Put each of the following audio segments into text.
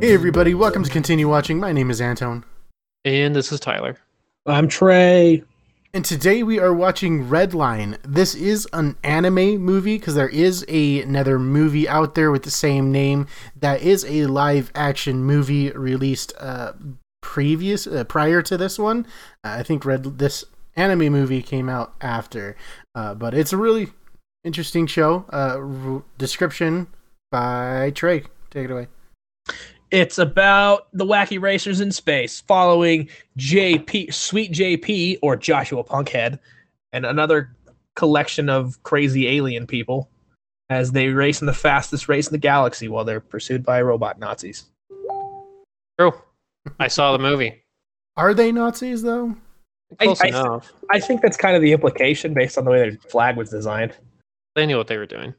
Hey everybody, welcome to Continue Watching. My name is Anton, And this is Tyler. I'm Trey. and today we are watching Redline. This is an anime movie because there is a- another movie out there with the same name that is a live action movie released uh, previous uh, prior to this one. Uh, I think Red this anime movie came out after, uh, but it's a really interesting show. Uh, r- description by Trey. Take it away. It's about the wacky racers in space following JP, Sweet JP, or Joshua Punkhead, and another collection of crazy alien people as they race in the fastest race in the galaxy while they're pursued by robot Nazis. True. Oh, I saw the movie. Are they Nazis though? I- Close I- enough. I think that's kind of the implication based on the way their flag was designed. They knew what they were doing.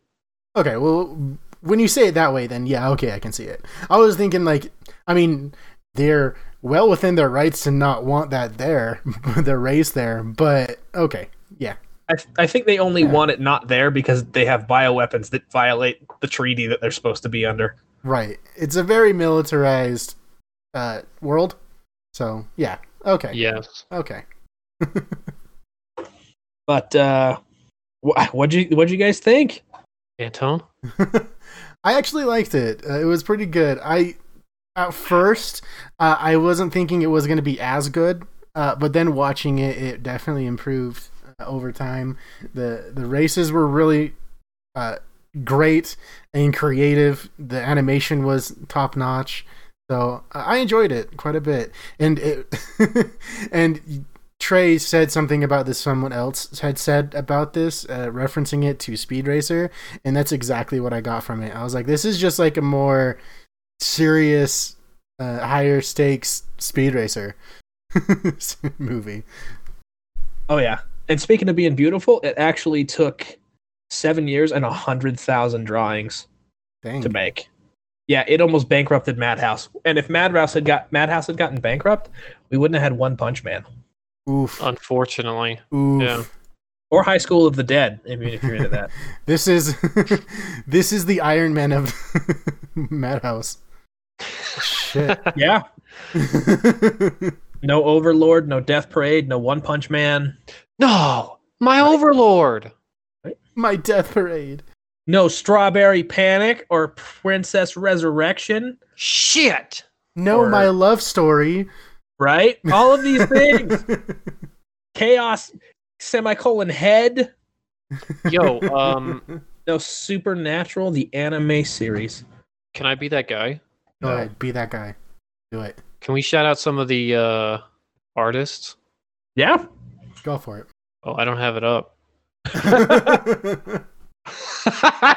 Okay, well, when you say it that way, then yeah, okay, I can see it. I was thinking, like, I mean, they're well within their rights to not want that there, their race there, but okay, yeah. I, th- I think they only Yeah. want it not there because they have bioweapons that violate the treaty that they're supposed to be under. Right. It's a very militarized uh, world, so yeah, okay, Yes. okay. But uh, wh- what'd you what'd you guys think? Antone? I actually liked it. Uh, it was pretty good. I at first uh, I wasn't thinking it was going to be as good, uh, but then watching it, it definitely improved uh, over time. the The races were really uh, great and creative. The animation was top notch. So uh, I I enjoyed it quite a bit, and it and Trey said something about this. Someone else had said about this, uh, referencing it to Speed Racer, and that's exactly what I got from it. I was like, this is just like a more serious, uh, higher stakes Speed Racer movie. Oh yeah. And speaking of being beautiful, it actually took seven years and a hundred thousand drawings Dang. to make. Yeah, it almost bankrupted Madhouse. And if Madhouse had got Madhouse had gotten bankrupt, we wouldn't have had One Punch Man Oof. Unfortunately. Oof. Uh, yeah. or High School of the Dead. I mean, if you're into that, This is this is the Iron Man of Madhouse. Shit. yeah. No Overlord, no Death Parade, no One Punch Man, No! My overlord! My death parade. no Strawberry Panic or Princess Resurrection. Shit! No, Or- my love story. Right? All of these things. Chaos semicolon head. Yo, um, No, Supernatural, the anime series. can I be that guy? Go No. ahead, be that guy. Do it. Can we shout out some of the uh, artists? Yeah. Go for it. Oh, I don't have it up. I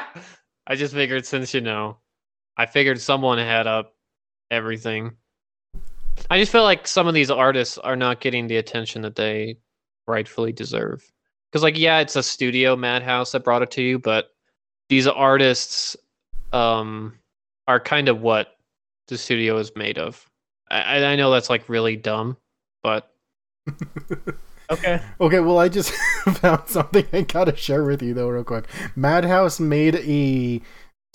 just figured since you know, I figured someone had up everything. I just feel like some of these artists are not getting the attention that they rightfully deserve. Because, like, yeah, it's a studio madhouse that brought it to you, but these artists um, are kind of what the studio is made of. I, I I know that's like really dumb, but Okay. Okay, well, I just found something I gotta share with you though, real quick. Madhouse made a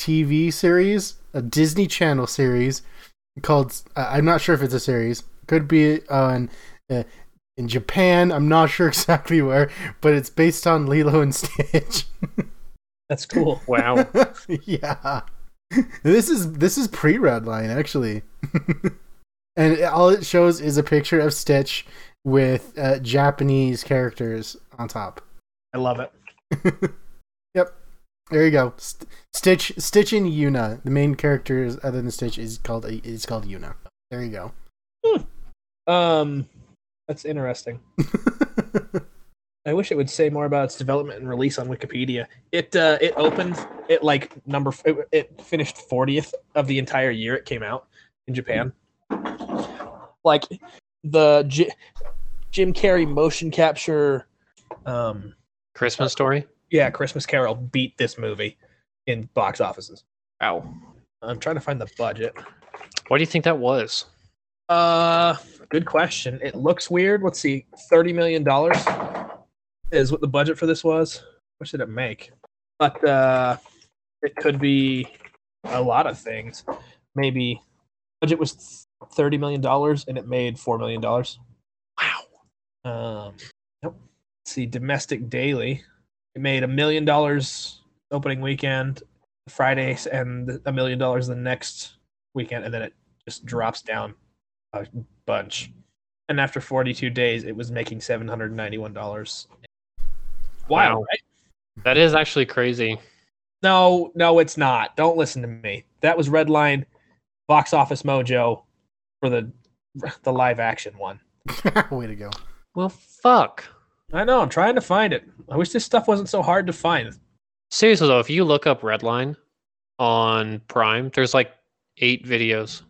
TV series, a Disney Channel series called. Uh, I'm not sure if it's a series. Could be on uh, in Japan. I'm not sure exactly where, but it's based on Lilo and Stitch. That's cool. wow. yeah. This is this is pre red line actually, and all it shows is a picture of Stitch with uh, Japanese characters on top. I love it. There you go. St- Stitch, Stitch, and Yuna. The main characters, other than Stitch, is called is called Yuna. There you go. Um that's interesting. I wish it would say more about its development and release on Wikipedia. It uh it opened it like number f- it, it finished 40th of the entire year it came out in Japan. Like the J- Jim Carrey motion capture um Christmas story? yeah, Christmas Carol beat this movie in box offices. Wow. I'm trying to find the budget. What do you think that was? Uh, good question. It looks weird. Let's see, thirty million dollars is what the budget for this was. What should it make? But uh, it could be a lot of things. Maybe budget was thirty million dollars and it made four million dollars. Wow. Um, yep. Let's see, domestic daily, it made a million dollars opening weekend, Friday, and a million dollars the next weekend, and then it just drops down a bunch. And after forty-two days, it was making seven hundred ninety-one dollars. Wow. Wow. That is actually crazy. No, no, it's not. Don't listen to me. That was Redline Box Office Mojo for the the live action one. Way to go. Well, fuck. I know, I'm trying to find it. I wish this stuff wasn't so hard to find. Seriously though, if you look up Redline on Prime, there's like eight videos.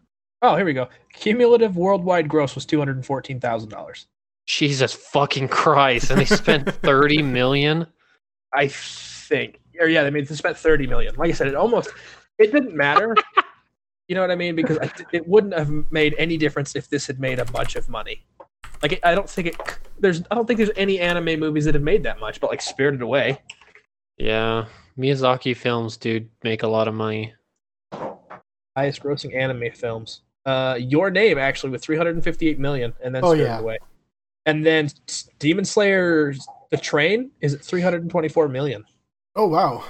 Oh, here we go. Cumulative worldwide gross was two hundred and fourteen thousand dollars. Jesus fucking Christ! And they spent thirty million. I think. Or yeah, they made they spent thirty million. Like I said, it almost it didn't matter. you know what I mean? Because I, it wouldn't have made any difference if this had made a bunch of money. Like I don't think it. There's I don't think there's any anime movies that have made that much. But like Spirited Away, Yeah, Miyazaki films do make a lot of money. highest grossing anime films. Uh, Your Name actually with 358 million, and then Oh, Spirited yeah. Away, and then s- Demon Slayer: The Train is at 324 million. Oh wow.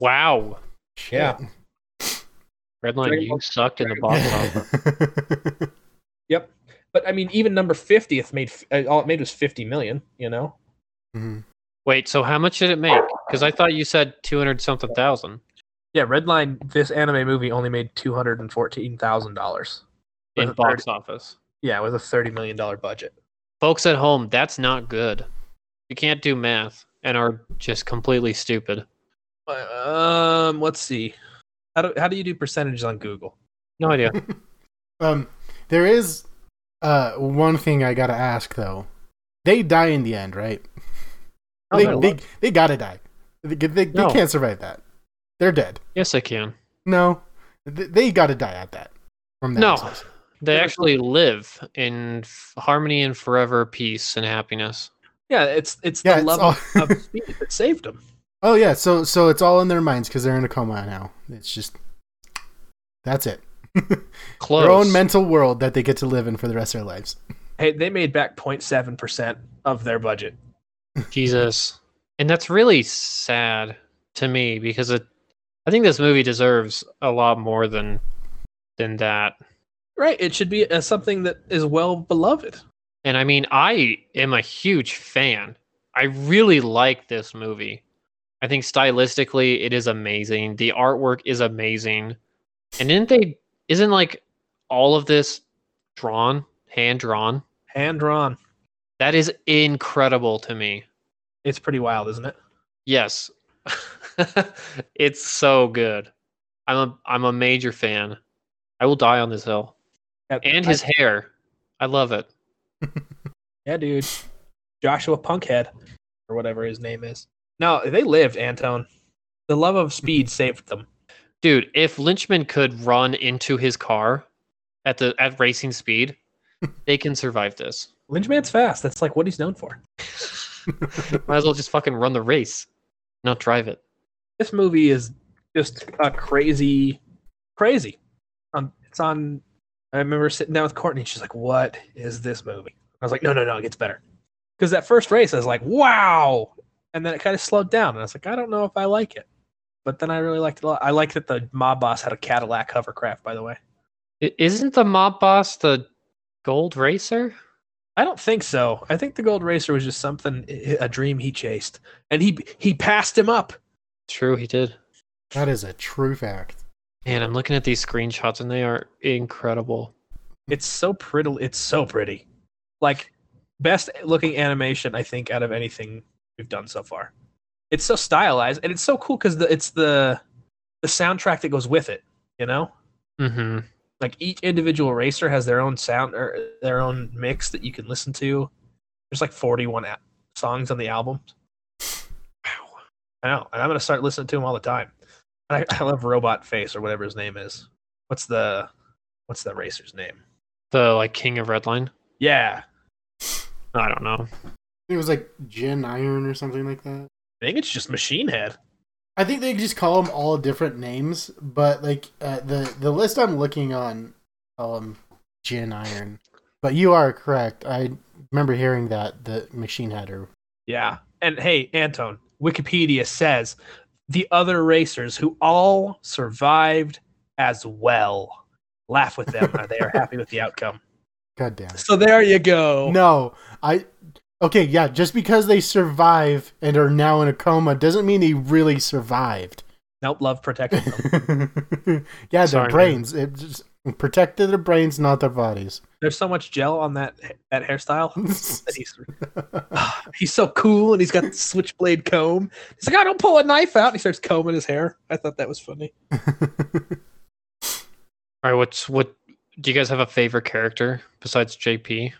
Wow, Shit. Yeah. Redline, Dragon you Ball- sucked in the Dragon box office. But I mean, even number 50th made f- uh, all it made was 50 million. You know, Mhm. Wait, so how much did it make? Because I thought you said two hundred something thousand. yeah. Redline, this anime movie only made 214 thousand dollars. in With a box office. Yeah, with a 30 million dollar budget. Folks at home, that's not good. You can't do math and are just completely stupid. Um, let's see. How do how do you do percentages on Google? No idea. Um, there is uh one thing I gotta ask though. They die in the end, right? Oh, they, no. they, they gotta die. They, they, they No. can't survive that. They're dead. yes, I can. No, they, they gotta die at that. From that No. business. They actually live in f- harmony and forever peace and happiness. Yeah, it's it's Yeah, the it's love all- of speed that saved them. Oh yeah. So so it's all in their minds because they're in a coma now. It's just that's it. Close. Their own mental world that they get to live in for the rest of their lives. Hey, they made back 0.7 percent of their budget. Jesus. And that's really sad to me because it, I think this movie deserves a lot more than than that. Right, it should be uh, something that is well beloved. And I mean, I am a huge fan. I really like this movie. I think stylistically it is amazing. The artwork is amazing. And didn't they isn't like all of this drawn, hand drawn? Hand drawn. That is incredible to me. It's pretty wild, isn't it? Yes. it's so good. I'm a I'm a major fan. I will die on this hill. Yeah, And I- his hair. I love it. yeah, dude, Joshua Punkhead or whatever his name is. No, they lived, Anton. The love of speed saved them. Dude, if Lynchman could run into his car at the at racing speed, they can survive this. Lynchman's fast. That's like what he's known for. Might as well just fucking run the race, not drive it. This movie is just a crazy, crazy. Um, it's on. I remember sitting down with Courtney. She's like, "What is this movie?" I was like, "No, no, no. It gets better." Because that first race, I was like, "Wow," and then it kind of slowed down, and I was like, "I don't know if I like it." But then I really liked it a lot. I liked that the mob boss had a Cadillac hovercraft. By the way, I- Isn't the mob boss the gold racer? I don't think so. I think the Gold Racer was just something, a dream he chased, and he he passed him up. True, he did. That is a true fact. Man, I'm looking at these screenshots and they are incredible. It's so pretty. It's so pretty. Like best looking animation I think out of anything we've done so far. It's so stylized and it's so cool because the, it's the the soundtrack that goes with it. You know, Mm-hmm. like each individual racer has their own sound or their own mix that you can listen to. There's like 41 a- songs on the album. Wow, I know, and I'm gonna start listening to them all the time. And I, I love Robot Face or whatever his name is. What's the what's the racer's name? The like king of Redline. Yeah, I don't know. It was like Gen Iron or something like that. I think it's just Machine Head. I think they just call them all different names, but like uh, the the list I'm looking on call him Gin Iron. But you are correct. I remember hearing that that Machine Head or Yeah. And hey, Anton, Wikipedia says the other racers who all survived as well. Laugh with them. they are happy with the outcome. goddamn. So there you Oh. go. No, I. Okay, yeah. Just because they survive and are now in a coma doesn't mean they really survived. Nope, love protected them. yeah, their Sorry, man. brains. It just protected their brains, not their bodies. There's so much gel on that that hairstyle. that he's, he's so cool and he's got the switchblade comb. He's like, I don't pull a knife out. And he starts combing his hair. I thought that was funny. All right, what's what? Do you guys have a favorite character besides JP?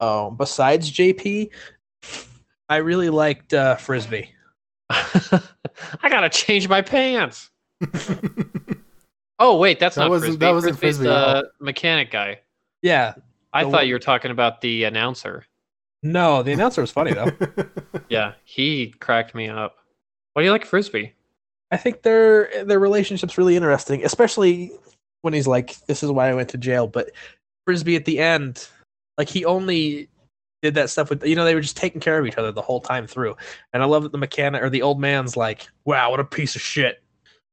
Oh, besides JP, I really liked uh, Frisbee. I gotta change my pants. Oh wait, that's That not wasn't- Frisbee. that wasn't Frisbee's Frisbee at all. the mechanic guy. Yeah. I The thought one- you were talking about the announcer. No, the announcer was funny though. Yeah, he cracked me up. Why do you like Frisbee? I think their their relationship's really interesting, especially when he's like, "This is why I went to jail." But Frisbee at the end, like he only did that stuff with you know they were just taking care of each other the whole time through, and I love that the mechanic or the old man's like, "Wow, what a piece of shit,"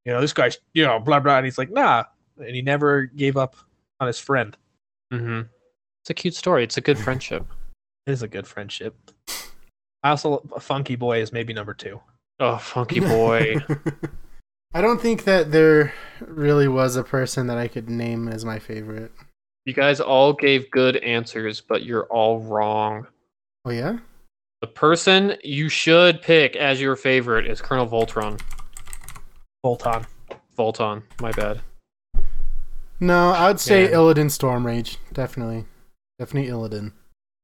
you know this guy's you know blah blah, and he's like, "Nah," and he never gave up on his friend. Mm-hmm. It's a cute story. It's a good friendship. It is a good friendship. I also Funky Boy is maybe number two. Oh, funky boy. I don't think that there really was a person that I could name as my favorite. you guys all gave good answers, but you're all wrong. Oh yeah, The person you should pick as your favorite is Colonel Voltron. Volton. Voltron, my bad. no, I would say Yeah. Illidan Stormrage, definitely, definitely Illidan.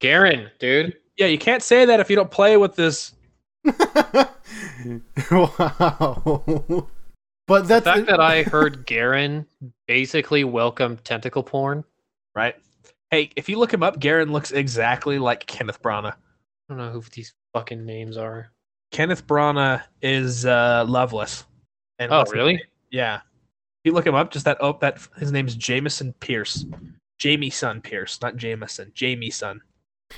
Garen, dude. Yeah, you can't say that if you don't play with this wow, but that's the fact that I heard Garen basically welcome tentacle porn. right? Hey, if you look him up, Garen looks exactly like Kenneth Branagh. I don't know who these fucking names are. Kenneth Branagh is uh, Loveless. And Oh, what's his really? name? Yeah. If you look him up, just that. Oh, that his name's Jameson Pierce, Jamieson Pierce, not Jameson, Jamieson.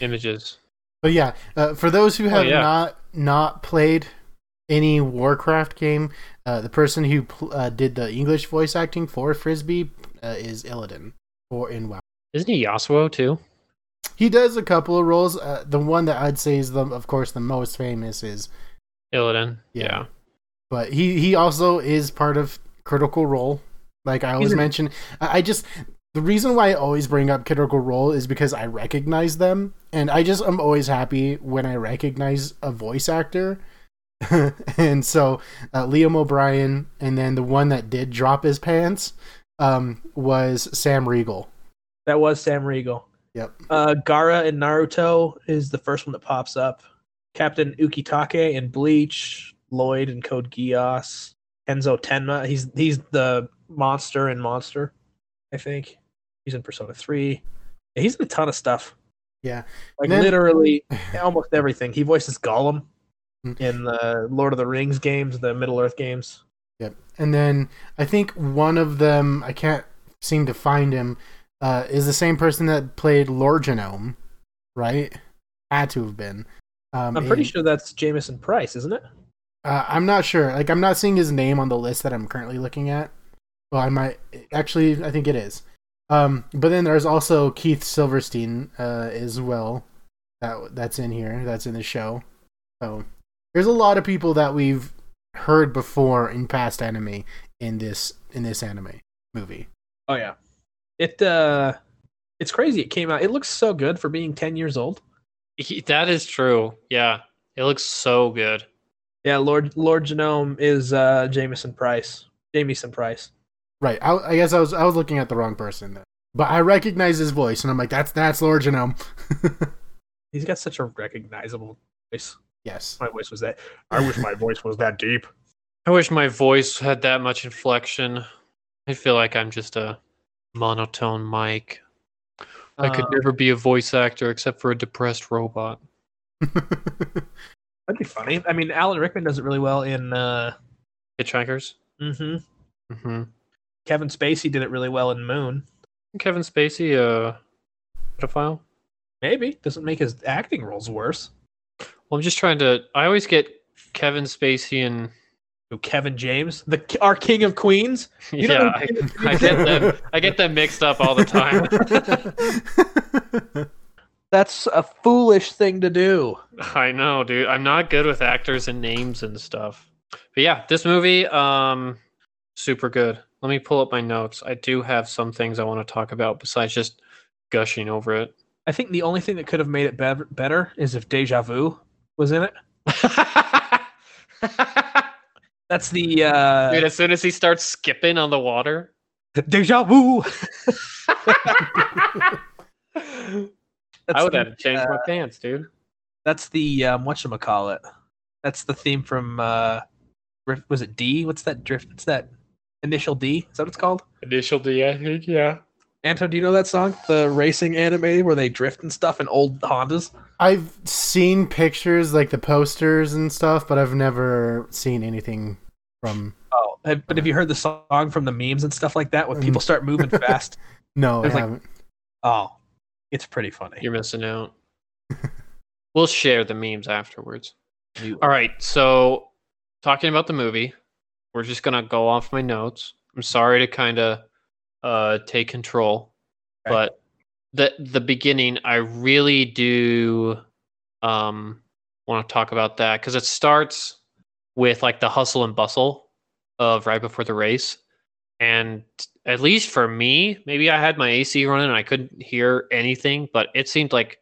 Images. But yeah, uh, for those who have Oh, yeah. not not played any Warcraft game, uh, the person who pl- uh, did the English voice acting for Frisbee uh, is Illidan or in WoW. Isn't he Yasuo too? He does a couple of roles. Uh, the one that I'd say is the, of course, the most famous is, Illidan. Yeah. Yeah. but he he also is part of Critical Role. Like I always in- mention, I, I just the reason why I always bring up Critical Role is because I recognize them, and I just am always happy when I recognize a voice actor. and so uh, Liam O'Brien, and then the one that did drop his pants um, was Sam Riegel. That was Sam Riegel. Yep. Uh, Gara in Naruto is the first one that pops up. Captain Ukitake in Bleach, Lloyd in Code Geass, Enzo Tenma. He's he's the monster in Monster, I think. He's in Persona Three. Yeah, He's in a ton of stuff. Yeah. like Then- literally almost everything. He voices Gollum Mm. in the Lord of the Rings games, the Middle Earth games. And then I think one of them, I can't seem to find him, uh, is the same person that played Lord Genome, right? Had to have been. Um, I'm pretty and, sure that's Jameson Price, isn't it? Uh, I'm not sure. Like, I'm not seeing his name on the list that I'm currently looking at. Well, I might. Actually, I think it is. Um, but then there's also Keith Silverstein uh, as well. That that's in here. That's in the show. So there's a lot of people that we've heard before in past anime in this in this anime movie. Oh yeah. It uh it's crazy it came out. It looks so good for being 10 years old. He, that is true. Yeah. It looks so good. Yeah, Lord Lord Genome is uh Jameson Price. Jamieson Price. Right. I, I guess I was I was looking at the wrong person then. But I recognize his voice, and I'm like, that's that's Lord Genome. He's got such a recognizable voice. yes. My voice was that. I wish my voice was that deep. I wish my voice had that much inflection. I feel like I'm just a monotone mic. I could Uh, never be a voice actor except for a depressed robot. That'd be funny. I mean, Alan Rickman does it really well in uh Hitchhikers? mhm. Mm-hmm. Kevin Spacey did it really well in Moon. Kevin Spacey a pedophile? Maybe doesn't make his acting roles worse. Well, I'm just trying to. I always get Kevin Spacey and Who, Kevin James, the our king of Queens. yeah. You don't know I, Kevin I James. get them. I get them mixed up all the time. That's a foolish thing to do. I know, dude. I'm not good with actors and names and stuff. But yeah, this movie, um, super good. Let me pull up my notes. I do have some things I want to talk about besides just gushing over it. I think the only thing that could have made it bev- better is if Deja Vu was in it. That's the uh, dude, as soon as he starts skipping on the water. Deja Vu. I That's would the, have to change my pants, dude. That's the um, whatchamacallit. That's the theme from uh, Drift- was it D? What's that drift? What's that initial D? Is that what it's called? Initial D, I think, yeah. Anto, do you know that song? The racing anime where they drift and stuff in old Hondas. I've seen pictures like the posters and stuff, but I've never seen anything from. Oh, have- but have you heard the song from the memes and stuff like that Mm. when people start moving fast? No, I There's, like, haven't. Oh, it's pretty funny. You're missing out. we'll share the memes afterwards. All right, so talking about the movie, we're just gonna go off my notes. I'm sorry to kind of uh, take control, Okay. but the the beginning, I really do um, want to talk about that because it starts with like the hustle and bustle of right before the race, and at least for me, maybe I had my AC running and I couldn't hear anything, but it seemed like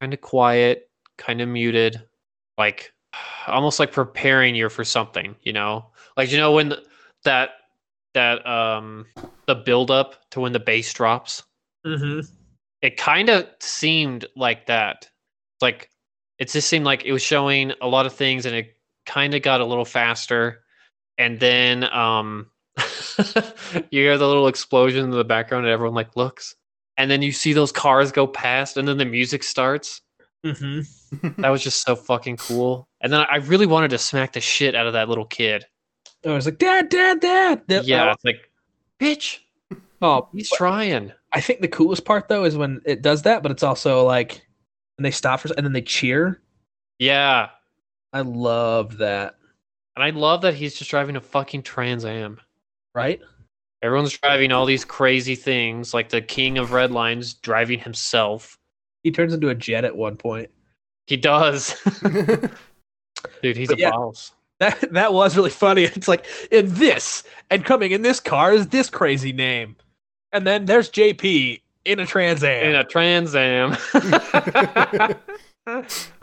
kind of quiet, kind of muted, like almost like preparing you for something, you know? Like you know when th- that that um the build up to when the bass drops, Mm-hmm. it kind of seemed like that. Like it just seemed like it was showing a lot of things and it kind of got a little faster and then um you hear the little explosion in the background and everyone like looks and then you see those cars go past and then the music starts Mm-hmm. that was just so fucking cool and then i really wanted to smack the shit out of that little kid I was like, Dad, Dad, Dad. That- yeah it's like bitch Oh, he's trying I think the coolest part though is when it does that, but it's also like, and they stop for, and then they cheer. yeah I love that. and i love that he's just driving a fucking trans am Right? everyone's driving all these crazy things like the king of red lines driving himself He turns into a jet at one point. he does dude he's But a yeah. boss That that was really funny. It's like in this and coming in this car is this crazy name, and then there's JP in a Trans Am. in a Trans Am.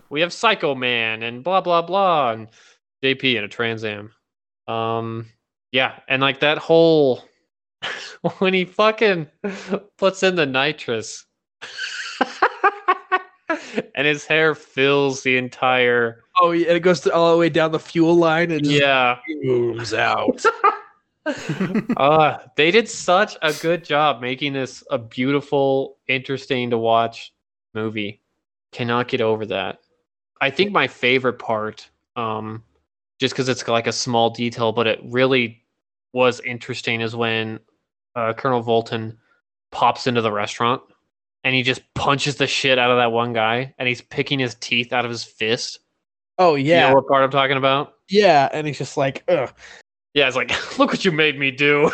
we have Psycho Man and blah blah blah and JP in a Trans Am. Um, yeah, and like that whole when he fucking puts in the nitrous and his hair fills the entire oh, yeah, and it goes to, all the way down the fuel line and just yeah. booms out. Uh, they did such a good job making this a beautiful, interesting to watch movie. Cannot get over that. I think my favorite part, um, just because it's like a small detail, but it really was interesting, is when uh, Colonel Volton pops into the restaurant and he just punches the shit out of that one guy, and he's picking his teeth out of his fist. Oh You know yeah, what part I'm talking about? yeah, and he's just like, ugh. Yeah, it's like, look what you made me do.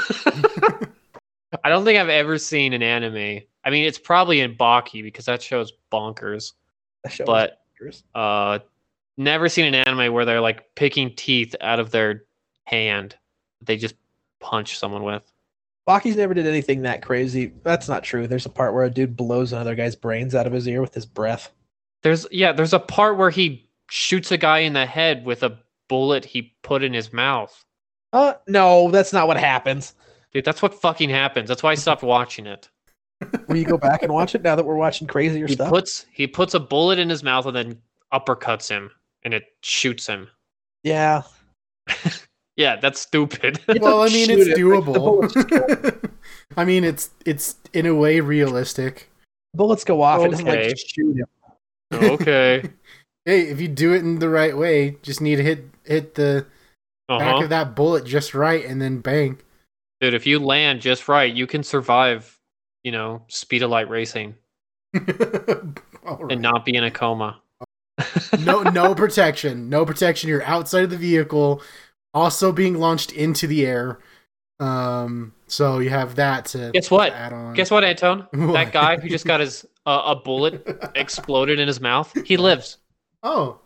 I don't think I've ever seen an anime. I mean, it's probably in Baki because that show's bonkers, That show was but bonkers. uh, never seen an anime where they're like picking teeth out of their hand. They just punch someone with. Baki's never did anything that crazy. That's not true. There's a part where a dude blows another guy's brains out of his ear with his breath. There's yeah, there's a part where he shoots a guy in the head with a bullet he put in his mouth. Uh, no, that's not what happens. Dude, that's what fucking happens. That's why I stopped watching it. Will you go back and watch it now that we're watching crazier He stuff? puts he puts a bullet in his mouth and then uppercuts him and it shoots him. yeah. Yeah, that's stupid. well, I mean, Shoot it's it, like, the bullets, doable. I mean, it's it's in a way realistic. bullets go off. It doesn't like Okay. shoot him. okay. Hey, if you do it in the right way, just need to hit hit the back Uh-huh. of that bullet just right, and then bang. Dude, if you land just right, you can survive you know, speed of light racing All right. and not be in a coma. no no protection no protection you're outside of the vehicle also being launched into the air um so you have that to Guess what? add on Guess what, Antone? What? That guy who just got his uh, a bullet exploded in his mouth, he lives. oh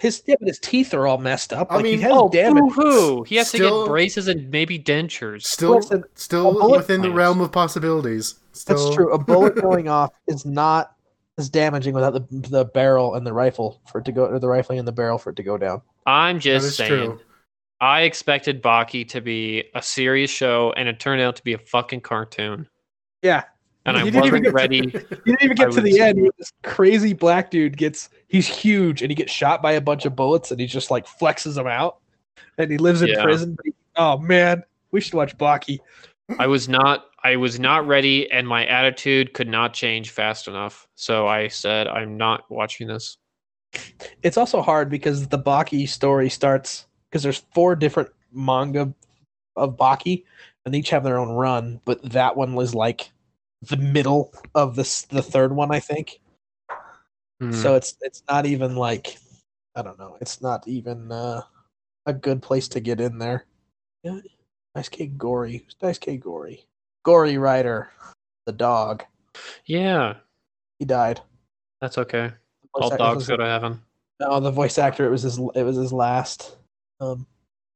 His yeah, but his teeth are all messed up. I Like, mean- he has Oh, damage. Woohoo! He has to Still- get braces and maybe dentures. still Listen, a still bullet within the plants. realm of possibilities still, That's true. A bullet going off is not as damaging without the the barrel and the rifle for it to go or the rifling and the barrel for it to go down. I'm that just is saying. true I expected Baki to be a serious show, and it turned out to be a fucking cartoon. Yeah. And I You didn't even wasn't get- ready. You didn't even I get to would the say- end where this crazy black dude gets he's huge and he gets shot by a bunch of bullets and he just like flexes them out and he lives in Yeah. prison. Oh man, we should watch Blocky. I was not. I was not ready, and my attitude could not change fast enough. So I said, "I'm not watching this." It's also hard because the Baki story starts because there's four different manga of Baki, and they each have their own run. But that one was like the middle of this the third one, I think. Hmm. So it's it's not even like I don't know. It's not even uh, a good place to get in there. Yeah, Dice K Gory, who's Dice K Gory, Gory Rider, the dog. yeah, He died. that's okay. Voice All actor dogs was- go to heaven. No, the voice actor. It was his. It was his last. Um,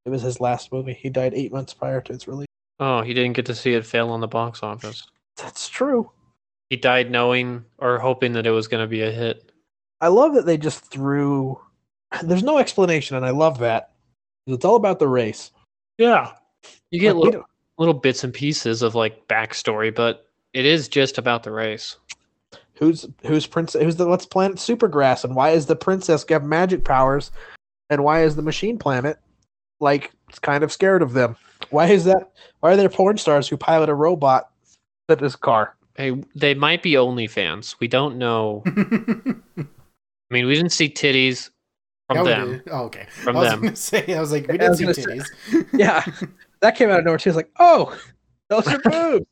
it was his last movie. He died eight months prior to its release. Oh, he didn't get to see it fail on the box office. That's true. He died knowing or hoping that it was going to be a hit. I love that they just threw. There's no explanation, and I love that. It's all about the race. Yeah, you get Like, we little, don't- little bits and pieces of like backstory, but it is just about the race. who's who's prince? Who's the Let's Planet Supergrass, and why is the princess got magic powers, and why is the Machine Planet like kind of scared of them? Why is that? Why are there porn stars who pilot a robot that is a car? Hey, they might be OnlyFans. We don't know. I mean, we didn't see titties That from would them. be- oh, okay From I was them. gonna say I was like we I didn't was see gonna say- titties Yeah, that came out of nowhere too. It's like, oh, those are boobs.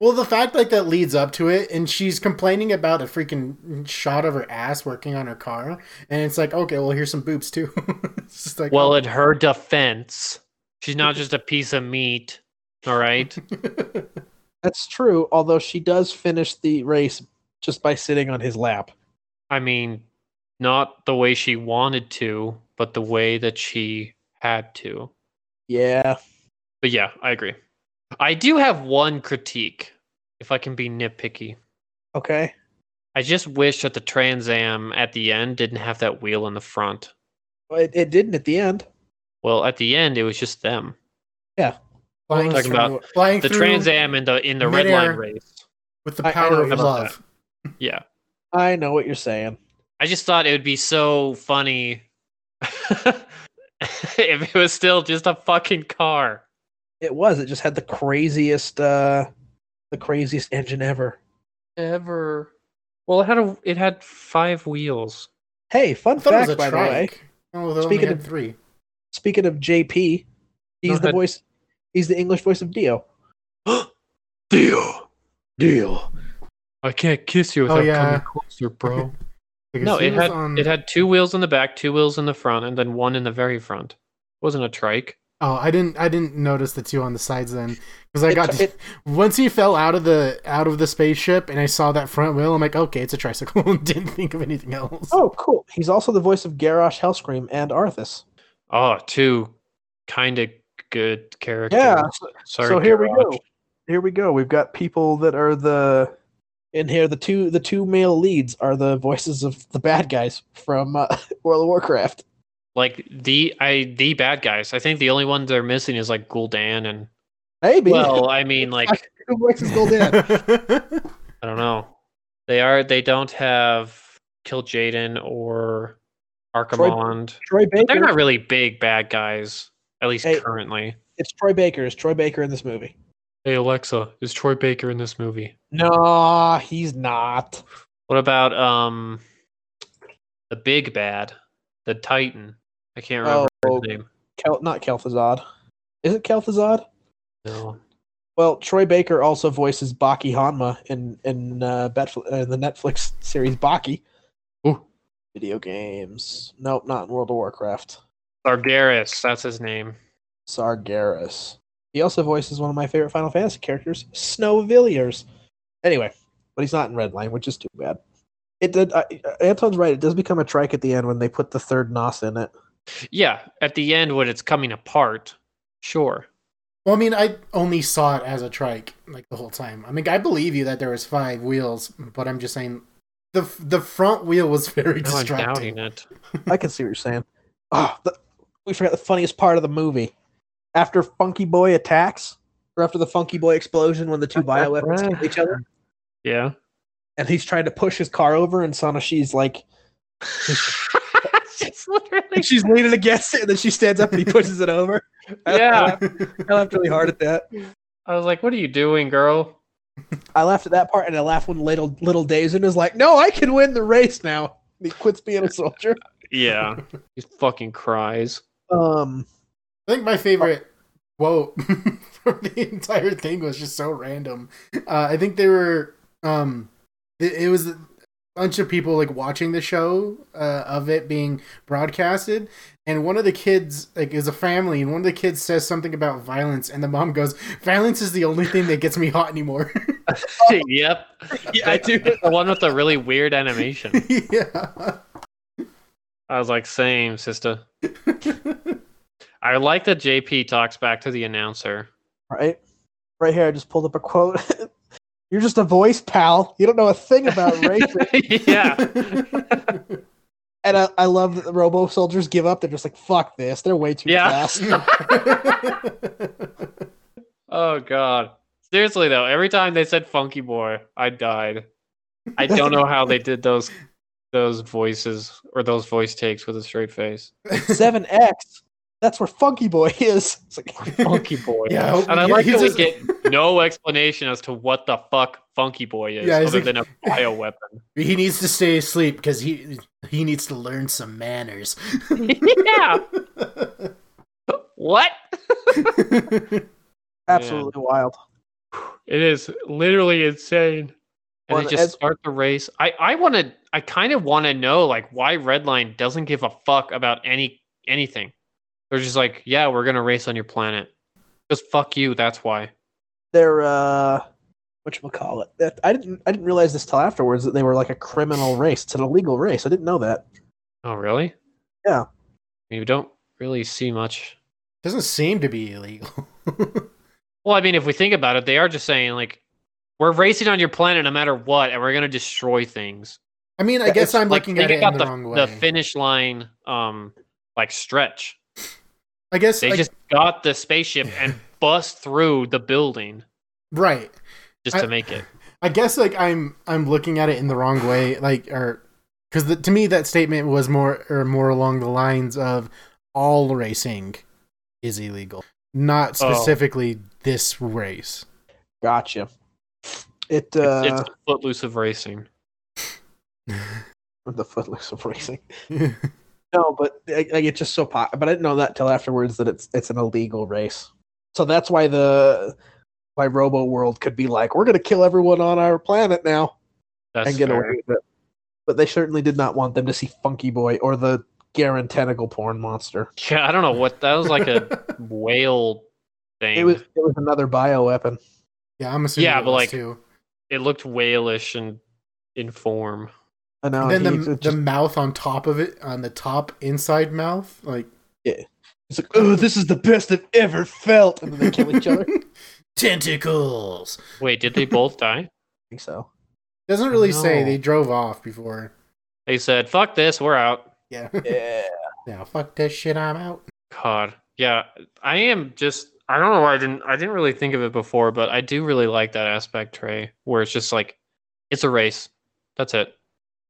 Well, the fact like that leads up to it, and she's complaining about a freaking shot of her ass working on her car, and it's like, okay, well, here's some boobs too. it's just like, oh. Well, in her defense, she's not just a piece of meat. All right. That's true. Although she does finish the race just by sitting on his lap. I mean, not the way she wanted to, but the way that she had to. Yeah. But yeah, I agree. I do have one critique, if I can be nitpicky. Okay. I just wish that the Trans Am at the end didn't have that wheel in the front. Well, it, it didn't at the end. Well, at the end, it was just them. flying Talking about flying The through Trans Am in the in the red midair. line race. with the I- I power know of about love. Yeah. I know what you're saying. I just thought it would be so funny if it was still just a fucking car. It was. It just had the craziest, uh the craziest engine ever. Ever. Well, it had a, it had five wheels. Hey, fun I thought it fact, was by a the way. trike. Oh, they only Speaking had of- three. Speaking of JP, he's Go the ahead. voice. He's the English voice of Dio. Deal. Dio. I can't kiss you Oh, without yeah. coming closer, bro. Because no, he it was had on- it had two wheels in the back, two wheels in the front, and then one in the very front. It wasn't a trike. Oh, I didn't. I didn't notice the two on the sides then, because I It- got it- once he fell out of the out of the spaceship, and I saw that front wheel. I'm like, okay, it's a tricycle. and didn't think of anything else. Oh, cool. He's also the voice of Garrosh Hellscream and Arthas. Oh, two kind of good characters. Yeah. so- Sorry. so here we Garrosh. go. Here we go. We've got people that are the in here. The two the two male leads are the voices of the bad guys from uh, World of Warcraft. Like the I the bad guys. I think the only one they're missing is like Gul'dan and Maybe. Well, I mean, like who voices Gul'dan? I don't know. They are. They don't have Kill Jaden or Archimond. Troy Baker. They're not really big bad guys, at least Hey. currently. It's Troy Baker. Is Troy Baker in this movie? Hey Alexa, is Troy Baker in this movie? No, he's not. What about um the big bad, the Titan? I can't remember Oh, his name. Kel- not Kel'Thuzad. Is it Kel'Thuzad? No. Well, Troy Baker also voices Baki Hanma in in uh, Betf- uh, in the Netflix series Baki. Ooh. Video games. Nope, not in World of Warcraft. Sargeras, that's his name. Sargeras. He also voices one of my favorite Final Fantasy characters, Snow Villiers. Anyway, but he's not in Red Line, which is too bad. It did. I Anton's right. It does become a trike at the end when they put the third Nos in it. Yeah, at the end when it's coming apart, sure. Well, I mean, I only saw it as a trike like the whole time. I mean, I believe you that there was five wheels, but I'm just saying the the front wheel was very Now I'm doubting distracting. it. I can see what you're saying. Oh, the, we forgot the funniest part of the movie. After Funky Boy attacks, or after the Funky Boy explosion when the two bioweapons kill each other, Yeah. and he's trying to push his car over, and Sanashi's like, It's literally and she's leaning against it, and then she stands up and he pushes it over. Yeah. I laughed really hard at that. I was like, what are you doing, girl? I laughed at that part, and I laughed when little little Dazen is like, "No, I can win the race now." And he quits being a soldier. Yeah. he fucking cries. Um, I think my favorite quote from the entire thing was just so random. Uh, I think they were um, it, it was a bunch of people like watching the show uh, of it being broadcasted, and one of the kids like is a family, and one of the kids says something about violence, and the mom goes, "Violence is the only thing that gets me hot anymore." yep. yeah, I do. The one with the really weird animation. yeah. I was like, same, sister. I like that JP talks back to the announcer. right? Right here, I just pulled up a quote. You're just a voice, pal. You don't know a thing about racing. yeah. and I, I love that the robo soldiers give up. They're just like, fuck this. They're way too Yeah. fast. Oh god. Seriously though, every time they said funky boy, I died. I don't know how they did those those voices or those voice takes with a straight face. 7X. That's where Funky Boy is. It's like, Funky boy. Yeah, I hope and we I get- like he's that we just- get no explanation as to what the fuck funky boy is Yeah, other he's like- than a bio weapon. He needs to stay asleep because he he needs to learn some manners. yeah. What? absolutely wild. It is literally insane. And Well, they just as- start the race. I I want to. I kind of want to know like why Redline doesn't give a fuck about any anything. They're just like, yeah, we're gonna race on your planet. Just fuck you. That's why. They're, uh, whatchamacallit. That, I, didn't, I didn't realize this till afterwards that they were like a criminal race. It's an illegal race. I didn't know that. Oh really? Yeah. You don't really see much. Doesn't seem to be illegal. Well, I mean, if we think about it, they are just saying like, we're racing on your planet no matter what, and we're gonna destroy things. I mean, I Yeah, guess it's I'm like looking at think it in about the, the, wrong way. the finish line, um, like stretch. I guess They like, just got the spaceship and bust through the building right. just I- to make it. I guess like I'm I'm looking at it in the wrong way, like or because to me that statement was more or more along the lines of all racing is illegal, not Oh. specifically this race. Gotcha. It, It's, uh, it's the footloose of racing. with the footloose of racing. No, but like, like, it's just so pop. But I didn't know that till afterwards that it's it's an illegal race. So that's why the why Robo World could be like, we're gonna kill everyone on our planet now That's and get fair. away with it. But they certainly did not want them to see Funky Boy or the Garen tentacle porn monster. Yeah, I don't know what that was like a whale thing. It was it was another bioweapon. yeah, I'm assuming. Yeah, it but, was like, too. It looked whalish and in form. I know. then and the, he's the just- mouth on top of it, on the top inside mouth, like he's like, oh, this is the best I've ever felt. And then they kill each other. I Tentacles. Wait, did they both die? think so. Doesn't really say No. they drove off before. They said, "Fuck this, we're out." Yeah. Yeah. now fuck this shit. I'm out. God, yeah, I am just. I don't know why I didn't. I didn't really think of it before, but I do really like that aspect, Trey, where it's just like, it's a race. That's it.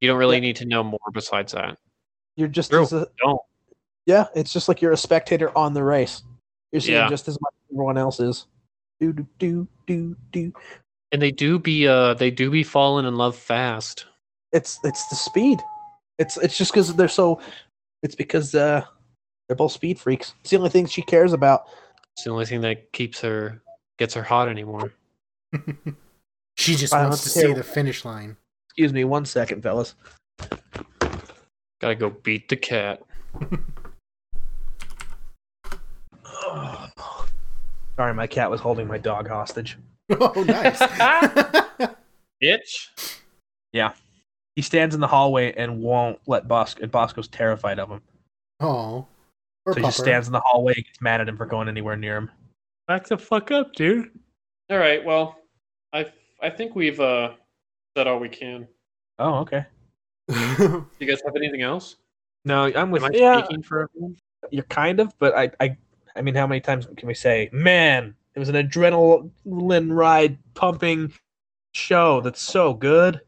You don't really Yeah. need to know more besides that. You're just True. as a, Don't. Yeah, it's just like you're a spectator on the race. You're seeing Yeah. just as much as everyone else is. Do do do do do. And they do be uh they do be falling in love fast. It's it's the speed. It's it's just because they're so. It's because uh, they're both speed freaks. It's the only thing she cares about. It's the only thing that keeps her gets her hot anymore. She just Wow, wants to that's see terrible. the finish line. Excuse me one second, fellas. Gotta go beat the cat. Sorry, my cat was holding my dog hostage. Oh, nice. Bitch. He stands in the hallway and won't let Bosco. And Bosco's terrified of him, oh, or so he just pupper. stands in the hallway and gets mad at him for going anywhere near him. Back the fuck up, dude. All right. Well, I I think we've uh said all we can. Oh, okay. Do you guys have anything else? No, I'm with Am I yeah. speaking for everyone? You're kind of, but I, I, I mean, how many times can we say, man? It was an adrenaline ride, pumping show. That's so good.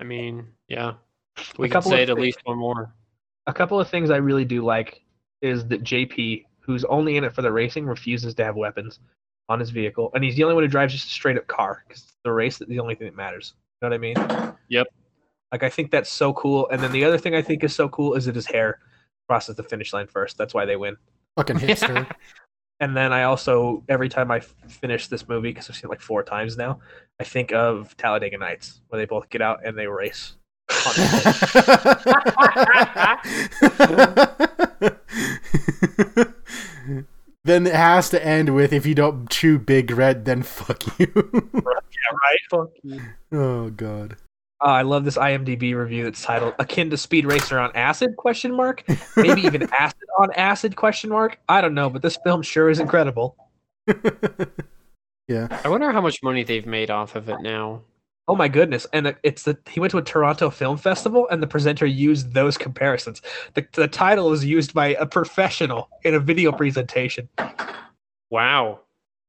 I mean, yeah. We A can couple of say it at things. least one more. a couple of things I really do like is that JP, who's only in it for the racing, refuses to have weapons on his vehicle, and he's the only one who drives just a straight up car because the race is the only thing that matters. You know what I mean? Yep. Like I think that's so cool. And then the other thing I think is so cool is that his hair crosses the finish line first. That's why they win. Fucking hipster. And then I also every time I f- finish this movie because I've seen it like four times now, I think of Talladega Nights where they both get out and they race. then it has to end with if you don't chew big red, then fuck you. yeah, right. Fuck you. oh god. Uh, I love this IMDb review that's titled "Akin to Speed Racer on Acid?" Question mark. Maybe even acid on acid? Question mark. I don't know, but this film sure is incredible. yeah. I wonder how much money they've made off of it now. Oh my goodness! And it- it's the he went to a Toronto Film Festival, and the presenter used those comparisons. The, the title is used by a professional in a video presentation. Wow.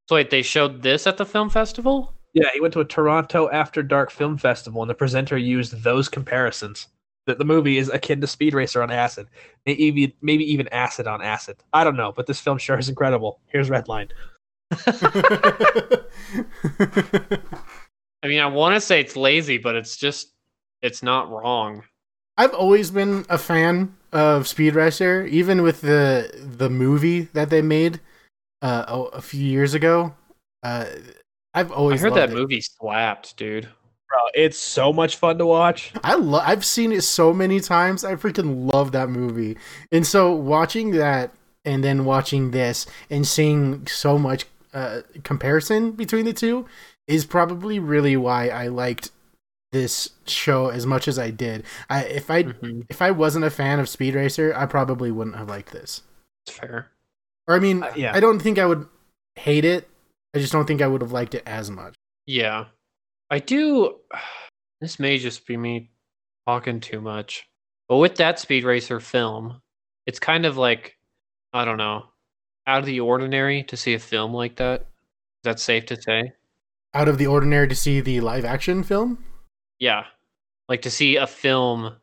So wait, they showed this at the film festival? Yeah, he went to a Toronto After Dark Film Festival, and the presenter used those comparisons. That the movie is akin to Speed Racer on acid, maybe maybe even acid on acid. I don't know, but this film sure is incredible. Here's Redline. I mean, I want to say it's lazy, but it's just it's not wrong. I've always been a fan of Speed Racer, even with the the movie that they made uh, a, a few years ago. Uh, I've I always heard loved that it. movie slapped, dude. Bro, it's so much fun to watch. I love. I've seen it so many times. I freaking love that movie. And so watching that, and then watching this, and seeing so much uh, comparison between the two, is probably really why I liked this show as much as I did. I if Mm-hmm. I Mhm, if I wasn't a fan of Speed Racer, I probably wouldn't have liked this. It's fair. Or I mean, Uh, yeah. I don't think I would hate it. I just don't think I would have liked it as much. Yeah. I do. This may just be me talking too much. But with that Speed Racer film, it's kind of like, I don't know, out of the ordinary to see a film like that. Is that safe to say? Out of the ordinary to see the live action film. Yeah. Like to see a film,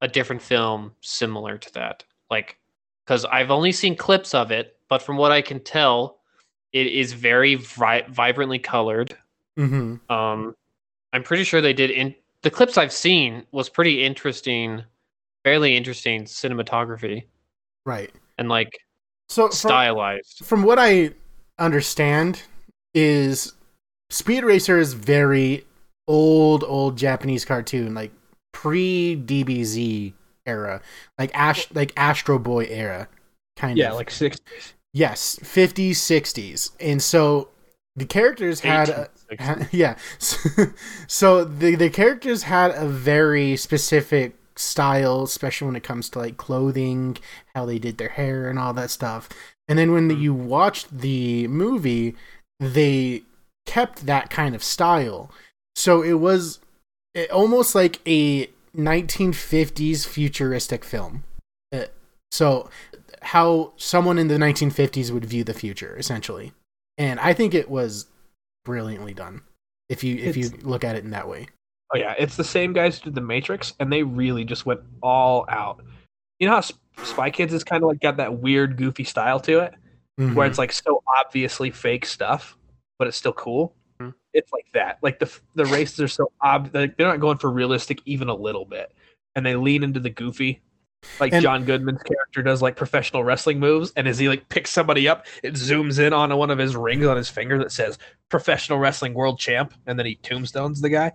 a different film similar to that. Like, because I've only seen clips of it, but from what I can tell, it is very vi- vibrantly colored. hmm um i'm pretty sure they did in the clips i've seen was pretty interesting fairly interesting cinematography Right. and like So from- stylized from what I understand, is Speed Racer is very old, old Japanese cartoon, like pre DBZ era, like Ash, like Astro Boy era, kind Yeah, of. like six. yes, 50s, 60s, and so the characters had. A, 1860s. Ha- yeah. So, so the the characters had a very specific style, especially when it comes to like clothing, how they did their hair, and all that stuff. And then when the, Mhm. you watched the movie, they kept that kind of style. So it was it, almost like a 1950s futuristic film. Uh, so how someone in the 1950s would view the future essentially. And I think it was brilliantly done. If you if you look at it in that way. Oh yeah, it's the same guys who did the Matrix, and they really just went all out. You know how Sp- Spy Kids has kind of like got that weird, goofy style to it, Mm-hmm. where it's like so obviously fake stuff, but it's still cool. Mhm. It's like that. Like the f- the races are so ob. Like, they're not going for realistic even a little bit, and they lean into the goofy Like And- John Goodman's character does like professional wrestling moves, and as he like picks somebody up, it zooms in on one of his rings on his finger that says "Professional Wrestling World Champ," and then he tombstones the guy.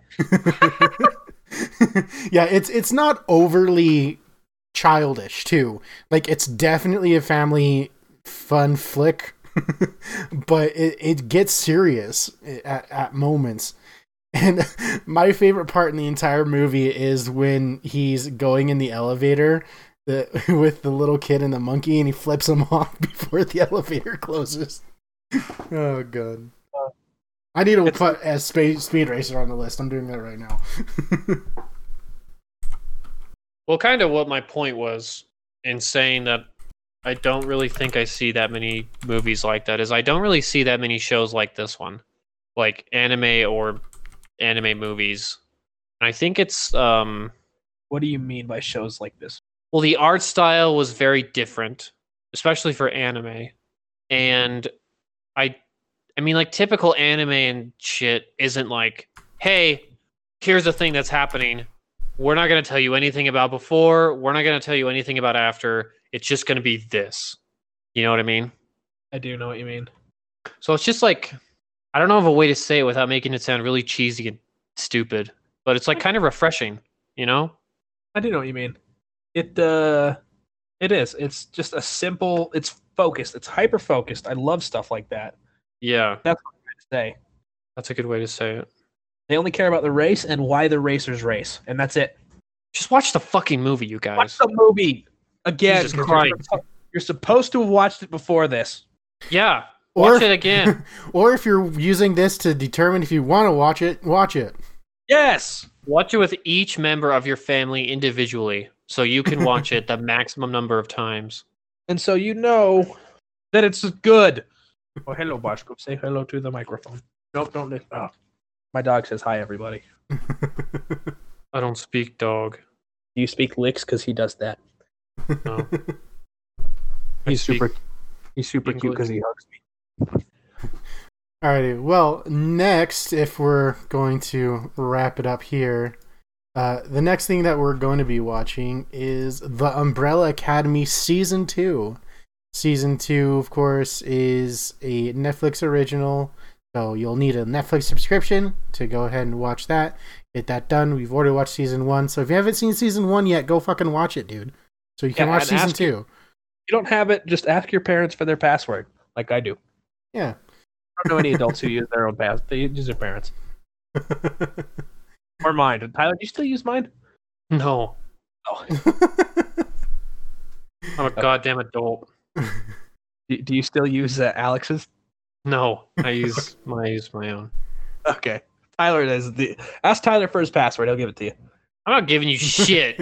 yeah, it's it's not overly childish too. Like it's definitely a family fun flick, but it, it gets serious at, at moments. And my favorite part in the entire movie is when he's going in the elevator the, with the little kid and the monkey, and he flips him off before the elevator closes. Oh god! I need to put a space speed racer on the list. I'm doing that right now. Well, kind of what my point was in saying that I don't really think I see that many movies like that is I don't really see that many shows like this one, like anime or anime movies. And I think it's um What do you mean by shows like this? well the art style was very different, especially for anime. And I I mean like typical anime and shit isn't like, "Hey, here's the thing that's happening. We're not going to tell you anything about before. We're not going to tell you anything about after. It's just going to be this. You know what I mean? I do know what you mean. So it's just like, I don't know of a way to say it without making it sound really cheesy and stupid, but it's like kind of refreshing, you know? I do know what you mean. It uh it is. It's just a simple it's focused. It's hyper focused. I love stuff like that. Yeah, Say that's a good way to say it. they only care about the race and why the racers race, and that's it. Just watch the fucking movie, you Watch guys. the movie again. Jesus you're Christ. suppo- You're supposed to have watched it before this. Yeah, Or- watch it again. or if you're using this to determine if you want to watch it, watch it. Yes. watch it with each member of your family individually so you can watch it the maximum number of times. And so you know that it's good. Oh, hello, Bosch. Go Say hello to the microphone. Nope, don't. do- Oh. My dog says hi, everybody. I don't speak dog. Do you speak licks? Because he does that. Oh. No. I He's speak- super. He's super cute English. because he hugs me. Alrighty. Well, next, if we're going to wrap it up here, uh, the next thing that we're going to be watching is The Umbrella Academy Season 2. Season 2, of course, is a Netflix original. So you'll need a Netflix subscription to go ahead and watch that. Get that done. We've already watched season one. So if you haven't seen season one yet, go fucking watch it, dude. So you can Yeah, watch and season ask your- two. You don't have it? Just ask your parents for their password, like I do. Yeah. I don't know any adults who use their own pass. They use their parents or mine. Tyler, do you still use mine? No, Oh. I'm Uh, a goddamn adult. Do, do you still use uh, Alex's? No, I use my I use my own. Okay. Tyler is the. Ask Tyler for his password. He'll give it to you. I'm not giving you shit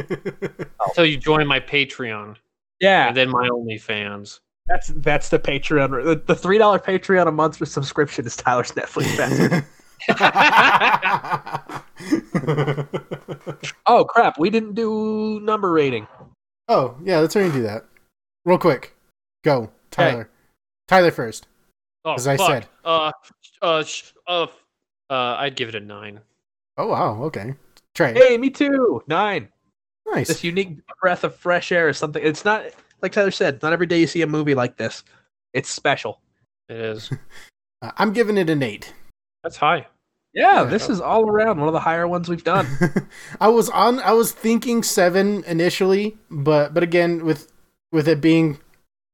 Oh. until you join my Patreon Yeah. and then my OnlyFans. That's that's the Patreon. The, the three dollar Patreon a month for subscription is Tyler's Netflix password. oh crap! We didn't do number rating. oh, yeah, let's already do that. Real quick. Go, Tyler. Tyler first. Oh, As I fuck. said. uh, uh, sh- uh, f- uh, I'd give it a nine. Oh, wow. Okay. Trey. Hey, me too. Nine. This Nice. unique breath of fresh air is something. It's not like Tyler said. Not every day you see a movie like this. It's special. It is. Uh, I'm giving it an eight. That's high. Yeah. Yeah, this is all around one of the higher ones we've done. I was on. I was thinking seven initially, but but again, with with it being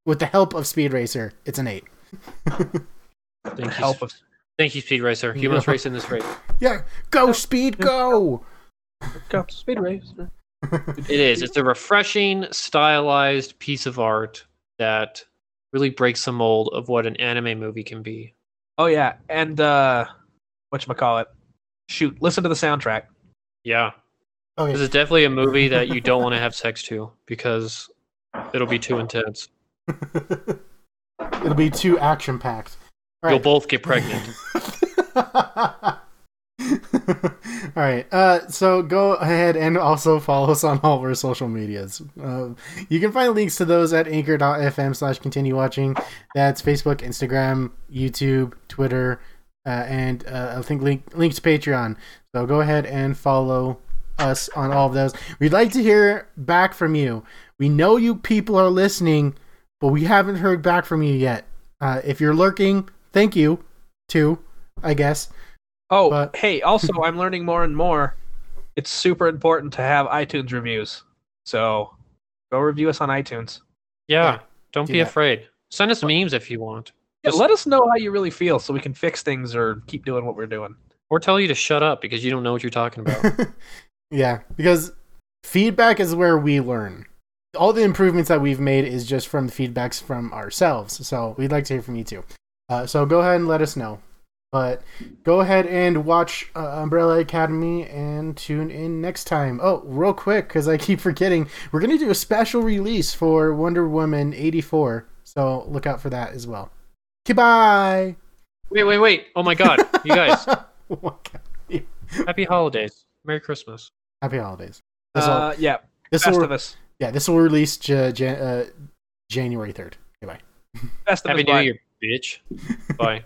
with the help of Speed Racer, it's an eight. Thank you. Help us. Thank you, Speed Racer. You must No. race in this race. Yeah, go Speed, go. Go, Speed racer. It is. It's a refreshing, stylized piece of art that really breaks the mold of what an anime movie can be. Oh yeah, and uh, what call it? Shoot, listen to the soundtrack. Yeah. This Okay. is definitely a movie that you don't want to have sex to because it'll be too intense. It'll be too action packed. You'll both get pregnant. All right. Uh, so go ahead and also follow us on all of our social medias. Uh, you can find links to those at anchor.fm slash continue watching. That's Facebook, Instagram, YouTube, Twitter, uh, and uh, I think link, link to Patreon. So go ahead and follow us on all of those. We'd like to hear back from you. We know you people are listening, but we haven't heard back from you yet. Uh, if you're lurking, thank you, too, I guess. Oh, But- hey, also, I'm learning more and more. It's super important to have iTunes reviews. So go review us on iTunes. Yeah, Yeah, don't do be that. afraid. Send us memes if you want, Yeah, Just- let us know how you really feel so we can fix things or keep doing what we're doing. or tell you to shut up because you don't know what you're talking about. yeah, because feedback is where we learn. All the improvements that we've made is just from the feedbacks from ourselves. So we'd like to hear from you too. Uh, so go ahead and let us know. But go ahead and watch uh, Umbrella Academy and tune in next time. Oh, real quick, because I keep forgetting, we're going to do a special release for Wonder Woman 84. So look out for that as well. Goodbye. wait, wait, wait! Oh my God, you guys, What kind of- happy holidays, Merry Christmas. Happy holidays. This will, Uh, yeah, this will, Festivus. Yeah, this will release ja- ja- uh, January 3rd. Goodbye. Festivus. Happy New Black. Year, bitch. Bye.